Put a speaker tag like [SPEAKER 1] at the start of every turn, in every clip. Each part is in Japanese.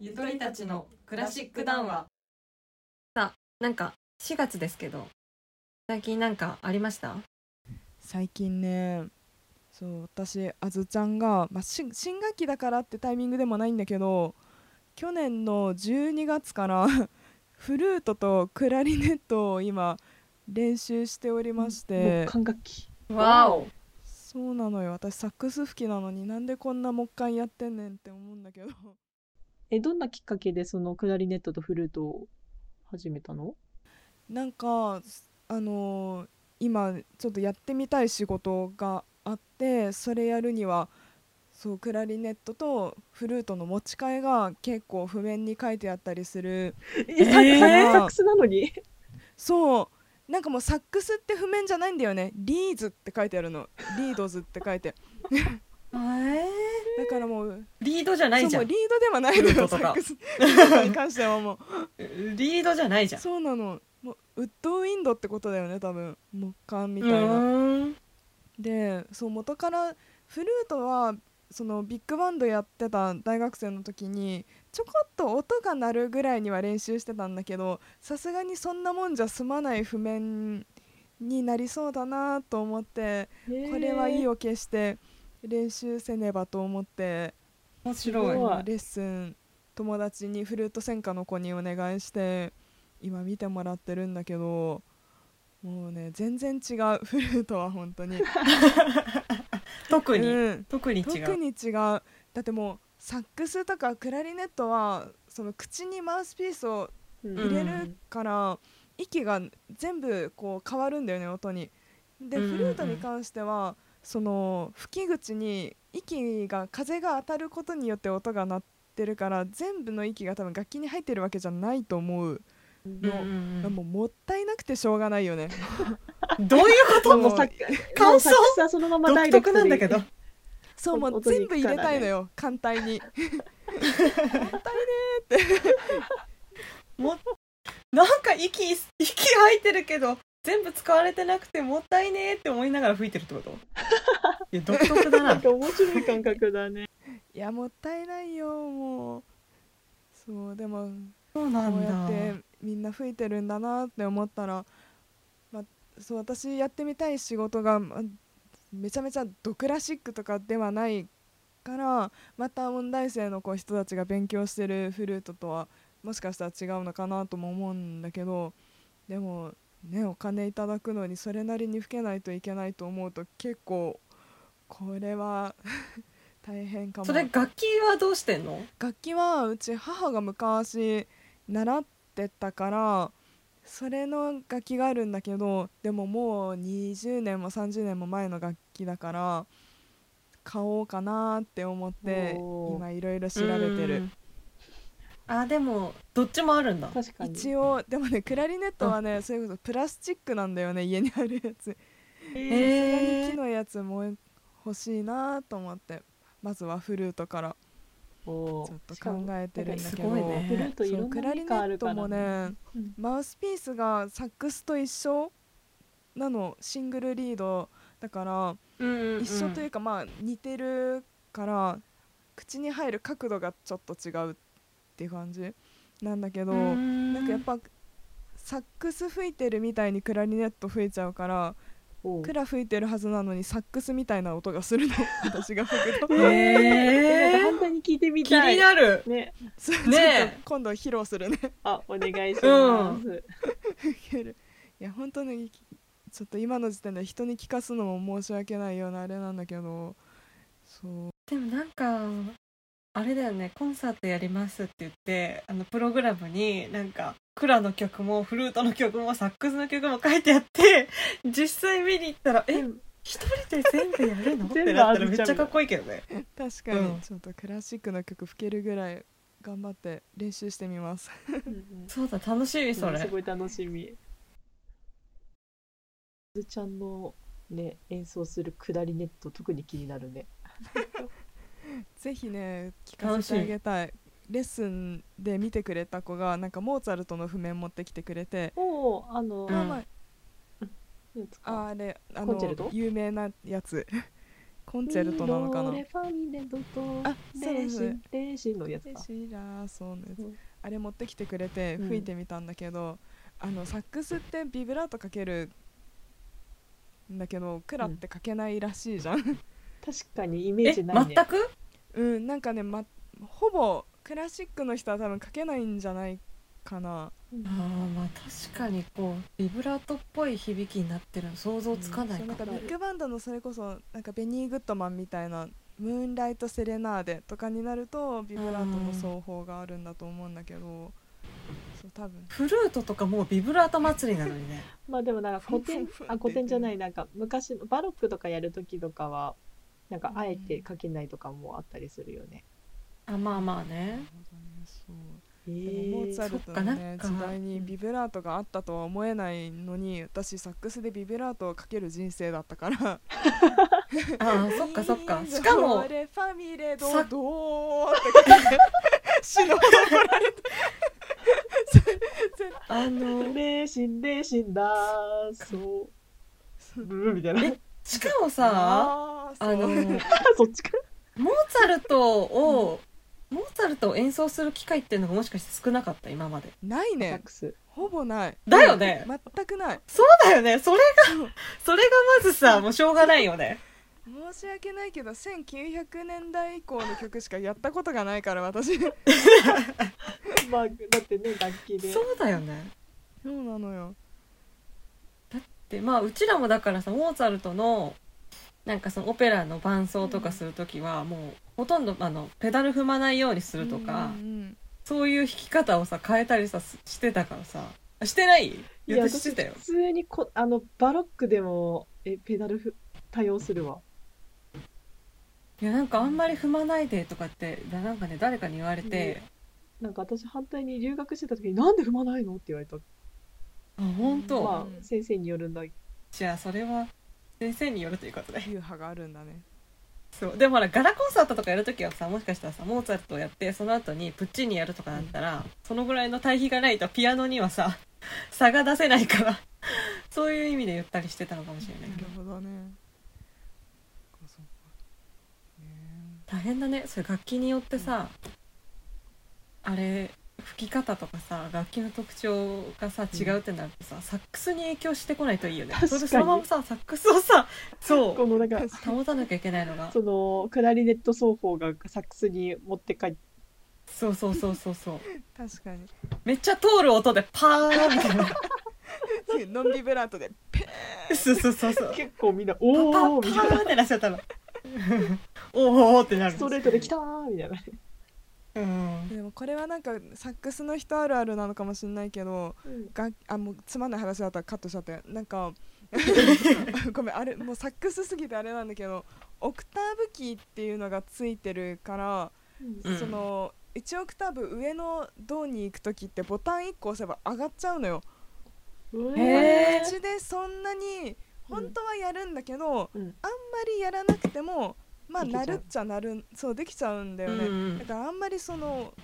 [SPEAKER 1] 人たちのクラシック談話
[SPEAKER 2] なんか4月ですけど最近なんかありました
[SPEAKER 3] 最近ねそう私あずちゃんが、まあ、し新学期だからってタイミングでもないんだけど去年の12月から フルートとクラリネットを今練習しておりまして
[SPEAKER 4] 木管楽器
[SPEAKER 1] わお
[SPEAKER 3] そうなのよ私サックス吹きなのになんでこんな木管やってんねんって思うんだけど
[SPEAKER 4] えどんなきっかけでそのクラリネットとフルートを始めたの
[SPEAKER 3] なんかあのー今ちょっとやってみたい仕事があってそれやるにはそうクラリネットとフルートの持ち替えが結構譜面に書いてあったりする
[SPEAKER 4] えサックス
[SPEAKER 3] えー
[SPEAKER 4] サックスなのに
[SPEAKER 3] そうなんかもうサックスって譜面じゃないんだよねリーズって書いてあるのリードズって書いて
[SPEAKER 2] えー、
[SPEAKER 3] だからもう
[SPEAKER 1] リードじゃないじ
[SPEAKER 3] そう
[SPEAKER 1] ゃん
[SPEAKER 3] もうリードではないの
[SPEAKER 1] フルート
[SPEAKER 3] よサ
[SPEAKER 1] とか
[SPEAKER 3] ックスフルートに関してはも
[SPEAKER 1] リードじゃないじゃ
[SPEAKER 3] う
[SPEAKER 1] ん
[SPEAKER 3] そうなのもうウッドウィンドってことだよね多分木管みたいな。
[SPEAKER 1] ーん
[SPEAKER 3] でそう元からフルートはそのビッグバンドやってた大学生の時にちょこっと音が鳴るぐらいには練習してたんだけどさすがにそんなもんじゃ済まない譜面になりそうだなと思って これは意を決して練習せねばと思って
[SPEAKER 1] 面白い
[SPEAKER 4] すごい
[SPEAKER 3] 今レッスン友達にフルート専科の子にお願いして今見てもらってるんだけどもうね全然違うフルートは本当に。
[SPEAKER 1] 特に、
[SPEAKER 3] うん
[SPEAKER 1] 特に違
[SPEAKER 3] 特
[SPEAKER 1] う
[SPEAKER 3] に違うだってもうサックスとかクラリネットはその口にマウスピースを
[SPEAKER 4] うん
[SPEAKER 3] 入れるから、息が全部こう変わるんだよね音に。で、
[SPEAKER 1] うんうんうん
[SPEAKER 3] フルートに関してはその吹き口に息が風が当たることによって音が鳴ってるから全部の息が多分楽器に入ってるわけじゃないと思う、
[SPEAKER 1] うん
[SPEAKER 3] の
[SPEAKER 1] うん
[SPEAKER 3] もうもったいなくてしょうがない よね。
[SPEAKER 1] うんどういうこと
[SPEAKER 3] も
[SPEAKER 4] もう
[SPEAKER 3] う
[SPEAKER 4] サック
[SPEAKER 1] 感想
[SPEAKER 4] もうサックスはそのまま
[SPEAKER 1] 独
[SPEAKER 4] ダイレ
[SPEAKER 1] 特
[SPEAKER 4] ク
[SPEAKER 1] な
[SPEAKER 4] ト
[SPEAKER 1] ん
[SPEAKER 4] に
[SPEAKER 1] だけど
[SPEAKER 3] そうも
[SPEAKER 4] お
[SPEAKER 3] う
[SPEAKER 4] 音に
[SPEAKER 3] 全部入れたいのよ簡単に。
[SPEAKER 1] なんか息 息吐いてるけど全部使われてなくてもったいねーって思いながら吹いてるってこと いや独特だ
[SPEAKER 4] なん
[SPEAKER 1] な
[SPEAKER 4] か面白い感覚だね
[SPEAKER 3] いやもったいないよもうそうでも
[SPEAKER 1] そうな
[SPEAKER 3] こうや
[SPEAKER 1] ん
[SPEAKER 3] っ
[SPEAKER 1] だ
[SPEAKER 3] てみんな吹いてるんだなって思ったら、まあ、そう私やってみたい仕事が、まあめちゃめちゃドクラシックとかではないからまた音大生の子人たちが勉強してるフルートとはもしかしたら違うのかなとも思うんだけどでもねお金いただくのにそれなりに吹けないといけないと思うと結構これは 大変かも
[SPEAKER 1] それ楽器はどうしてんの
[SPEAKER 3] 楽器はうち母が昔習ってたからそれの楽器があるんだけどでももう20年も30年も前の楽器だから買おうかなって思って
[SPEAKER 4] おー
[SPEAKER 3] 今いろいろ調べて
[SPEAKER 1] う
[SPEAKER 3] る
[SPEAKER 1] んあでもどっちもあるんだ
[SPEAKER 4] 確かに
[SPEAKER 3] 一応でもねクラリネットはねそれこそプラスチックなんだよね家にあるやつ
[SPEAKER 1] へ
[SPEAKER 3] 木のやつも欲しいなと思ってまずはフルートから
[SPEAKER 4] おー
[SPEAKER 3] ちょっと考えてるんだけ
[SPEAKER 1] しか
[SPEAKER 3] ど
[SPEAKER 1] もすごいね
[SPEAKER 4] フルートい
[SPEAKER 3] そ
[SPEAKER 4] ろ
[SPEAKER 3] うんク
[SPEAKER 4] な
[SPEAKER 3] ラ
[SPEAKER 4] メ
[SPEAKER 3] リ
[SPEAKER 4] ー
[SPEAKER 3] ネ
[SPEAKER 4] カーあ
[SPEAKER 3] ッ
[SPEAKER 4] る
[SPEAKER 3] ト
[SPEAKER 4] から
[SPEAKER 3] もね
[SPEAKER 4] うん
[SPEAKER 3] マウスピースがサックスと一緒なのシングルリードだから
[SPEAKER 1] え
[SPEAKER 3] 一緒といううかまあ似てるから口に入る角度がちょっと違うっていう感じなんだけど
[SPEAKER 1] な
[SPEAKER 3] なんかやっぱサックス吹いてるみたいにクラリネット吹いちゃうから
[SPEAKER 4] おー
[SPEAKER 3] クラ吹いてるはずなのにサックスみたいな音がするの私が吹くと
[SPEAKER 1] へ
[SPEAKER 4] なんか
[SPEAKER 1] え
[SPEAKER 4] 反対に聞いてみ
[SPEAKER 1] 気
[SPEAKER 4] たい
[SPEAKER 1] になる
[SPEAKER 4] ね
[SPEAKER 3] そう
[SPEAKER 1] ねえ
[SPEAKER 3] ちょっと今度披露するね
[SPEAKER 4] あお願いします
[SPEAKER 3] いや本当にちょっと今の時点で人に聞かすのも申し訳ないようなあれなんだけどそう
[SPEAKER 1] でもなんかあれだよねコンサートやりますって言ってあのプログラムになんかクラの曲もフルートの曲もサックスの曲も書いてあって実際見に行ったら「え
[SPEAKER 4] うん
[SPEAKER 1] 一人で 全部やるの?」っ
[SPEAKER 4] 全部
[SPEAKER 1] てなったら
[SPEAKER 4] あ
[SPEAKER 1] めっ
[SPEAKER 4] ずちゃん
[SPEAKER 1] ちゃかっこいいけどね
[SPEAKER 3] 確か
[SPEAKER 1] うん
[SPEAKER 3] にちょっとクラシックの曲吹けるぐらい頑張って練習してみます
[SPEAKER 4] うん
[SPEAKER 1] そうだ楽しみそ
[SPEAKER 4] うんす
[SPEAKER 1] れ
[SPEAKER 4] ごい楽しみずちゃんのね演奏するクラリネット特に気になるね
[SPEAKER 3] ぜひね聞かせ
[SPEAKER 1] 楽
[SPEAKER 3] て
[SPEAKER 1] し
[SPEAKER 3] あ
[SPEAKER 1] い
[SPEAKER 3] げたいレッスンで見てくれた子がなんかモーツァルトの譜面持ってきてくれて、
[SPEAKER 4] おおあの、
[SPEAKER 1] うん
[SPEAKER 3] まあまあ
[SPEAKER 4] なんつうか
[SPEAKER 3] ああれあ
[SPEAKER 4] コンチェル
[SPEAKER 3] の
[SPEAKER 4] ト
[SPEAKER 3] 有名なやつ コンチェルトなのかな
[SPEAKER 4] ミローレファミレドと
[SPEAKER 3] あそうです
[SPEAKER 4] レーシンレーシンのやつか。
[SPEAKER 3] シラーソンのやつ
[SPEAKER 4] うん
[SPEAKER 3] あれ持ってきてくれて
[SPEAKER 4] うん
[SPEAKER 3] 吹いてみたんだけど、あのサックスってビブラートかけるんだけどクラってかけないらしいじゃ ん、
[SPEAKER 4] 確かにイメ
[SPEAKER 1] え
[SPEAKER 4] ージないね。
[SPEAKER 1] 全く
[SPEAKER 3] うん、なんかね、ま、ほぼクラシックの人は多分かけないんじゃないかな
[SPEAKER 1] あーまあ確かにこうビブラートっぽい響きになってるの想像つかない
[SPEAKER 3] そう
[SPEAKER 1] か
[SPEAKER 3] なん
[SPEAKER 1] も、
[SPEAKER 3] かビッグバンドのそれこそなんかベニー・グッドマンみたいな「ムーンライト・セレナーデ」とかになるとビブラートの奏法があるんだと思うんだけどそう多分
[SPEAKER 1] フルートとかもうビブラート祭りなのにね
[SPEAKER 4] まあでもなんか古典
[SPEAKER 3] ふんふんふん
[SPEAKER 4] あ
[SPEAKER 3] って言って
[SPEAKER 4] 古典じゃないなんか昔のバロックとかやる時とかはなんか
[SPEAKER 3] うん
[SPEAKER 4] あえてかけないとかもあったりするよね。
[SPEAKER 1] あまあまあね
[SPEAKER 3] そう
[SPEAKER 4] え
[SPEAKER 3] でもモーツァル
[SPEAKER 1] そ
[SPEAKER 3] トの、ね、
[SPEAKER 1] っかなん
[SPEAKER 3] 時
[SPEAKER 1] か
[SPEAKER 3] 代にビブラートがあったとは思えないのに私サックスでビブラートをかける人生だったから
[SPEAKER 1] ああそっかそっかしかも
[SPEAKER 3] ファミレド
[SPEAKER 1] さ
[SPEAKER 3] ドーってかけて死ぬほど怒られ
[SPEAKER 1] あ の
[SPEAKER 4] レーシンレーシンだーそうブルーみたいな
[SPEAKER 1] しかも
[SPEAKER 3] た
[SPEAKER 1] さ
[SPEAKER 3] ー
[SPEAKER 1] あの
[SPEAKER 3] そう
[SPEAKER 1] モー
[SPEAKER 4] そっちか
[SPEAKER 1] ツァルトを、モーツァルトを演奏する機会っていうのがもしかして少なかった今まで
[SPEAKER 3] ない
[SPEAKER 4] サッ
[SPEAKER 3] ね
[SPEAKER 4] クス
[SPEAKER 3] ほぼない
[SPEAKER 1] だよね
[SPEAKER 3] 全くない
[SPEAKER 1] そうだよねそれがそれがまずさもうしょうがないよね
[SPEAKER 3] 申し訳ないけど1900年代以降の曲しかやったことがないか ら私そ
[SPEAKER 4] まあだってね楽器で
[SPEAKER 1] そうだよね
[SPEAKER 3] うなのよ
[SPEAKER 1] でまあうちらもだからさモーツァルトのなんかそのオペラの伴奏とかする時はもうほとんどあのペダル踏まないようにするとか、
[SPEAKER 3] うんうん
[SPEAKER 1] そういう弾き方をさ変えたりさすしてたからさあしてない
[SPEAKER 4] いや
[SPEAKER 1] 私
[SPEAKER 4] 私
[SPEAKER 1] してたよ
[SPEAKER 4] 普通にこあのバロックでもえペダルふ対応するわ
[SPEAKER 1] いやなんかあんまり踏まないでとかってだなんかね誰かに言われて、
[SPEAKER 4] なんか私反対に留学してた時になんで踏まないのって言われた
[SPEAKER 1] あ本当、
[SPEAKER 3] うん
[SPEAKER 4] まあ先生によるんだ
[SPEAKER 1] じゃあそれは先生によるということで
[SPEAKER 3] 流派があるんだね
[SPEAKER 1] そうでもほらガラコンサートとかやるときはさもしかしたらさモーツァルトをやってその後にプッチーニやるとかだったら、そのぐらいの対比がないとピアノにはさ 差が出せないから そういう意味で言ったりしてたのかもしれ
[SPEAKER 3] な
[SPEAKER 1] ないけ
[SPEAKER 3] る
[SPEAKER 1] ど
[SPEAKER 3] ほどねそっかそっかね
[SPEAKER 1] 大変だねそれ楽器によってさ、あれ吹き方とかさ楽器の特徴がさ違うってなるとさ、サックスに影響してこないといいよね
[SPEAKER 4] 確か
[SPEAKER 1] そ
[SPEAKER 4] に
[SPEAKER 1] れでそのままさサックスをさそ
[SPEAKER 4] こ
[SPEAKER 1] う
[SPEAKER 4] のなんか
[SPEAKER 1] 保たなきゃいけないのが
[SPEAKER 4] そのクラリネット奏法がサックスに持って帰って
[SPEAKER 1] そうそうそうそうそう
[SPEAKER 3] 確かに
[SPEAKER 1] めっちゃ通る音でパーンみたいな
[SPEAKER 3] 次 ノンビブラートで
[SPEAKER 1] そうそうそうそう
[SPEAKER 4] 結構みんな
[SPEAKER 1] パパパ
[SPEAKER 4] おおみたい
[SPEAKER 1] ーンってなっちゃ ったのおーおーってな
[SPEAKER 4] な
[SPEAKER 1] る
[SPEAKER 4] ストレートできたーみたいな
[SPEAKER 1] うん
[SPEAKER 3] でもこれはなんかサックスの人あるあるなのかもしれないけど があもうつまんない話だったらカットしちゃってなんか ごめんあれもうサックスすぎてあれなんだけどオクターブキーっていうのがついてるから、
[SPEAKER 1] うん
[SPEAKER 3] その1オクターブ上のドに行く時ってボタン1個押せば上がっちゃうのよ。
[SPEAKER 4] うん
[SPEAKER 1] へー
[SPEAKER 3] うちでそんなに本当はやるんだけど、
[SPEAKER 4] う
[SPEAKER 3] あん
[SPEAKER 4] ん
[SPEAKER 3] まりやらなくてもまあ
[SPEAKER 4] できちゃ
[SPEAKER 3] な
[SPEAKER 4] う
[SPEAKER 3] るっちゃなるそうできちゃうんだよね、
[SPEAKER 1] うんうん
[SPEAKER 3] だからあんまりその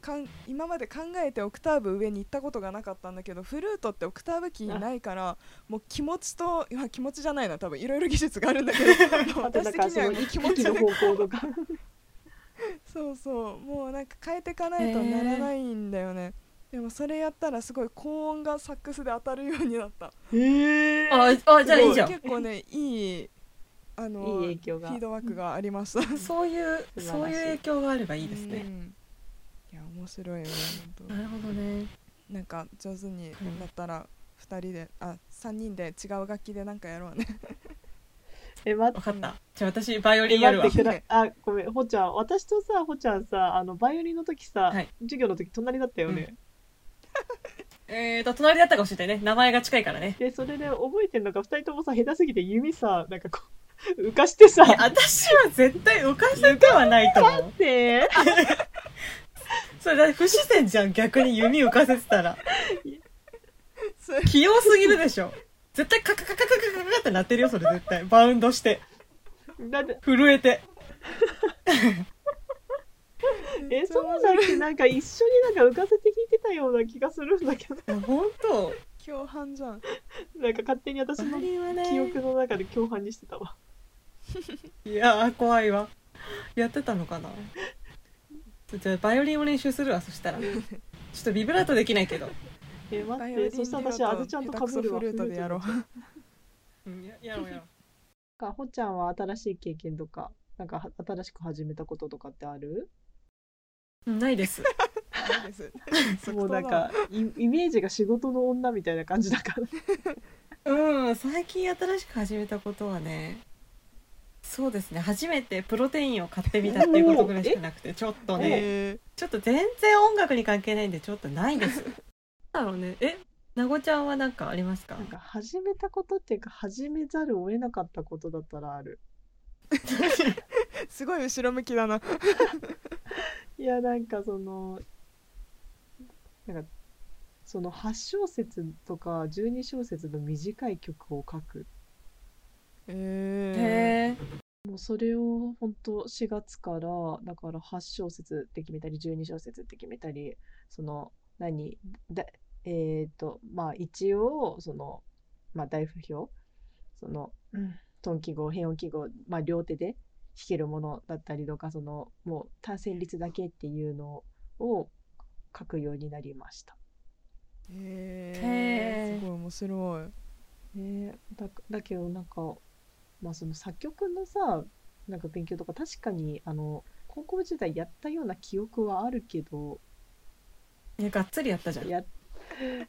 [SPEAKER 3] かん今まで考えてオクターブ上に行ったことがなかったんだけどフルートってオクターブキーないからもう気持ちといや気持ちじゃないな多分いろいろ技術があるんだけ ど
[SPEAKER 4] あとな
[SPEAKER 3] 私
[SPEAKER 4] ん
[SPEAKER 3] 的
[SPEAKER 4] かそ
[SPEAKER 3] にはも
[SPEAKER 4] の
[SPEAKER 3] う気
[SPEAKER 4] 息
[SPEAKER 3] 持ち
[SPEAKER 4] の
[SPEAKER 3] で
[SPEAKER 4] 方向とか
[SPEAKER 3] そうそうもうなんか変えていかないとならないんだよね、でもそれやったらすごい高音がサックスで当たるようになった
[SPEAKER 4] へ
[SPEAKER 1] ああじゃあいいじゃん
[SPEAKER 3] 結構ねいいあの
[SPEAKER 4] いい影響が
[SPEAKER 3] フィードバックがありました
[SPEAKER 1] そういう
[SPEAKER 4] 素晴らしい
[SPEAKER 1] そういう影響があればいいです
[SPEAKER 3] う
[SPEAKER 1] ね
[SPEAKER 3] んいや面白いよね本
[SPEAKER 1] なるほどね
[SPEAKER 3] 当なんか上手になったら二人であ三人で違う楽器でなんかやろうね
[SPEAKER 4] え待
[SPEAKER 1] 分
[SPEAKER 4] っ
[SPEAKER 1] かったじゃあ私バイオリ
[SPEAKER 4] て
[SPEAKER 1] ンやるわ
[SPEAKER 4] 待ってくだ あごめんほちゃん私とさほちゃんさあのバイオリンの時さ、
[SPEAKER 1] はい
[SPEAKER 4] 授業の時隣だったよね、
[SPEAKER 1] えーと隣だったかもしれないね名前が近いからね
[SPEAKER 4] でそれで覚えてんのが二人ともさ下手すぎて弓さなんかこう 浮かしてさ
[SPEAKER 1] いや私は絶対浮かせてはないと思う
[SPEAKER 4] で
[SPEAKER 1] それだって不自然じゃん逆に弓浮かせてたら
[SPEAKER 3] それ
[SPEAKER 1] 器用すぎるでしょ絶対カカカカカカカカってなってるよそれ絶対バウンドして
[SPEAKER 4] だって
[SPEAKER 1] 震えて
[SPEAKER 4] えそうじゃなくてなんか一緒になんか浮かせて弾いてたような気がするんだ けど
[SPEAKER 1] いや本当
[SPEAKER 3] 共犯じゃん
[SPEAKER 4] なんか勝手に私の
[SPEAKER 1] バイオリンはね
[SPEAKER 4] 記憶の中で共犯にしてたわ。
[SPEAKER 1] いやー怖いわやってたのかなじゃあバイオリンを練習するわそしたらちょっとビブラートできないけど、
[SPEAKER 4] え待
[SPEAKER 3] バ
[SPEAKER 4] っ
[SPEAKER 3] イオリン
[SPEAKER 4] てそしたら私
[SPEAKER 3] デュオと
[SPEAKER 4] あずちゃん
[SPEAKER 3] 下
[SPEAKER 4] と
[SPEAKER 3] 手
[SPEAKER 4] か
[SPEAKER 3] くそ
[SPEAKER 4] ぶるわ
[SPEAKER 3] フルートで やろう
[SPEAKER 1] うん、ややろうやろう
[SPEAKER 4] かほっちゃんは新しい経験とかなんかは新しく始めたこととかってある
[SPEAKER 2] うんないです
[SPEAKER 3] いいです
[SPEAKER 4] もう
[SPEAKER 3] 即答
[SPEAKER 4] な
[SPEAKER 3] だ
[SPEAKER 4] んかイイメージが仕事の女みたいな感じだから
[SPEAKER 1] うん最近新しく始めたことはねそうですね初めてプロテインを買ってみたっていうことぐらいしかなくてちょっとね
[SPEAKER 3] え
[SPEAKER 1] ちょっと全然音楽に関係ないんでちょっとないです
[SPEAKER 2] なんだろうねえなごちゃんは何かありますか
[SPEAKER 4] なんか始めたことっていうか始めざるを得なかったことだったらある
[SPEAKER 3] ーすごい後ろ向きだない
[SPEAKER 4] やなんかそのなんかその8小節とか12小節の短い曲を書く
[SPEAKER 1] へ
[SPEAKER 3] え
[SPEAKER 1] え
[SPEAKER 4] もうそれを本当4月からだから8小節って決めたり12小節って決めたりその何だえっ、とまあ一応そのまあ大不評その、うん、トン記号変音記号まあ両手で弾けるものだったりとかそのもう単線率だけっていうのを書くようになりました。
[SPEAKER 3] ーえーすごい面白い
[SPEAKER 4] ねえだだけどなんか、まあ、その作曲のさなんか勉強とか確かにあの高校時代やったような記憶はあるけど
[SPEAKER 1] ねがっつりやったじゃん
[SPEAKER 4] や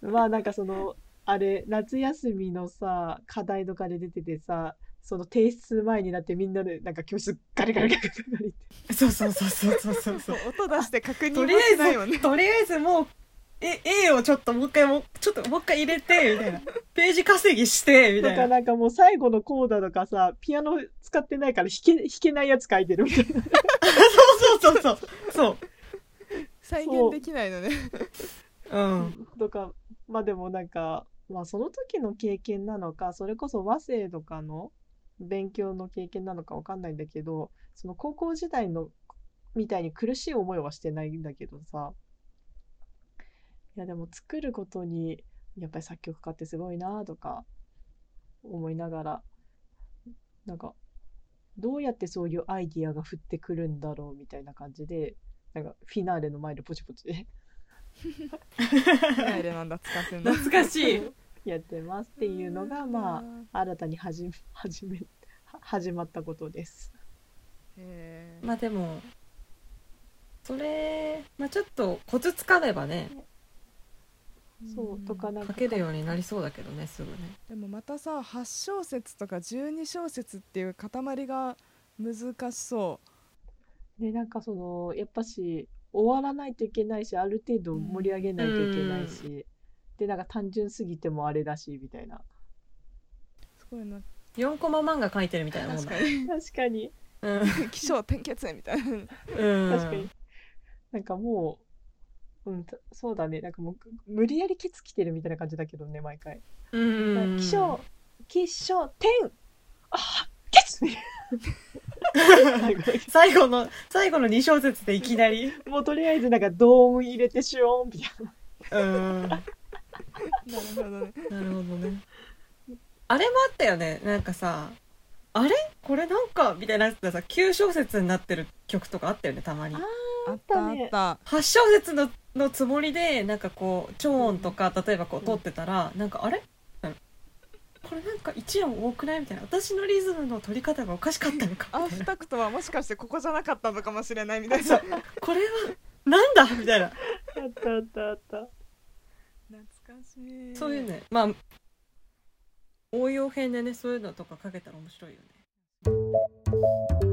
[SPEAKER 4] まあなんかそのあれ夏休みのさ課題とかで出ててさその提出前になってみんなでなんか教室ガリガリガリガリガリって
[SPEAKER 1] そうそうそうそうそうそう
[SPEAKER 3] そ
[SPEAKER 1] そう
[SPEAKER 3] う音出して確認
[SPEAKER 1] と
[SPEAKER 3] も
[SPEAKER 1] りあ
[SPEAKER 3] しないよ
[SPEAKER 1] え
[SPEAKER 3] ね
[SPEAKER 1] ずとりあえずもうえ A をちょっともう一回もうちょっともう一回入れてみたいなページ稼ぎしてみ
[SPEAKER 4] と
[SPEAKER 1] た
[SPEAKER 4] か
[SPEAKER 1] いな
[SPEAKER 4] なんかもう最後のコーダとかさピアノ使ってないから弾け弾けないやつ書いてるみたい
[SPEAKER 1] そ
[SPEAKER 4] な。
[SPEAKER 1] うそうそうそう
[SPEAKER 3] 再現できないのね
[SPEAKER 1] そううん
[SPEAKER 4] とかまあでもなんか、まあ、その時の経験なのかそれこそ和声とかの勉強の経験なのかわかんないんだけどその高校時代のみたいに苦しい思いはしてないんだけどさいやでも作ることにやっぱり作曲家ってすごいなとか思いながらなんかどうやってそういうアイディアが降ってくるんだろうみたいな感じでなんかフィナーレの前でポチポチ
[SPEAKER 3] ないでなんだ使ってんだ
[SPEAKER 1] 懐かしい
[SPEAKER 4] やってますっていうのがまあ新たに始め 始めは始まったことです。
[SPEAKER 3] えー
[SPEAKER 2] まあでもそれ、まあ、ちょっとコツつかめばね
[SPEAKER 4] そうとかなん
[SPEAKER 2] 書
[SPEAKER 4] か
[SPEAKER 2] けるようになりそうだけどねすぐね
[SPEAKER 3] でもまたさ8小節とか12小節っていう塊が難しそ
[SPEAKER 4] ねなんかそのやっぱし終わらないといけないしある程度盛り上げないといけないし、でなんか単純すぎてもあれだしみたいな。
[SPEAKER 3] うすごいな
[SPEAKER 2] 4コマ漫画書いてるみたいなもん
[SPEAKER 3] 確
[SPEAKER 2] だ
[SPEAKER 3] かに
[SPEAKER 4] 確かに
[SPEAKER 2] うん
[SPEAKER 3] 起承転結みたいな
[SPEAKER 2] うん
[SPEAKER 4] 確かに、なんかもう、うん、たそうだねなんかもう無理やりケツ来てるみたいな感じだけどね毎回。
[SPEAKER 2] うん
[SPEAKER 4] 気象気象天あケツ最後だけ
[SPEAKER 1] 最後の最後の2小節でいきなり
[SPEAKER 4] もうとりあえずなんかドーン入れてシュオンみたいな。
[SPEAKER 1] うん
[SPEAKER 3] なるほどね
[SPEAKER 2] なるほどね
[SPEAKER 1] あれもあったよねなんかさあれこれなんかみたいなやつがさ9小節になってる曲とかあったよねたまに
[SPEAKER 4] あ
[SPEAKER 3] あったあ
[SPEAKER 4] ね
[SPEAKER 3] った
[SPEAKER 1] 8小節ののつもりでなんかこう超音とか例えばこう
[SPEAKER 4] うん
[SPEAKER 1] 取ってたら、なんかあれうんこれなんか1音多くないみたいな私のリズムの取り方がおかしかったのか
[SPEAKER 3] あ
[SPEAKER 1] みたいな
[SPEAKER 3] 二クトはもしかしてここじゃなかったのかもしれないみたい
[SPEAKER 1] そ
[SPEAKER 3] な
[SPEAKER 1] うこれはなんだみたいな
[SPEAKER 4] あったあったあった。
[SPEAKER 3] 懐かしい
[SPEAKER 1] そういうねまあ応用編でねそういうのとかかけたら面白いよね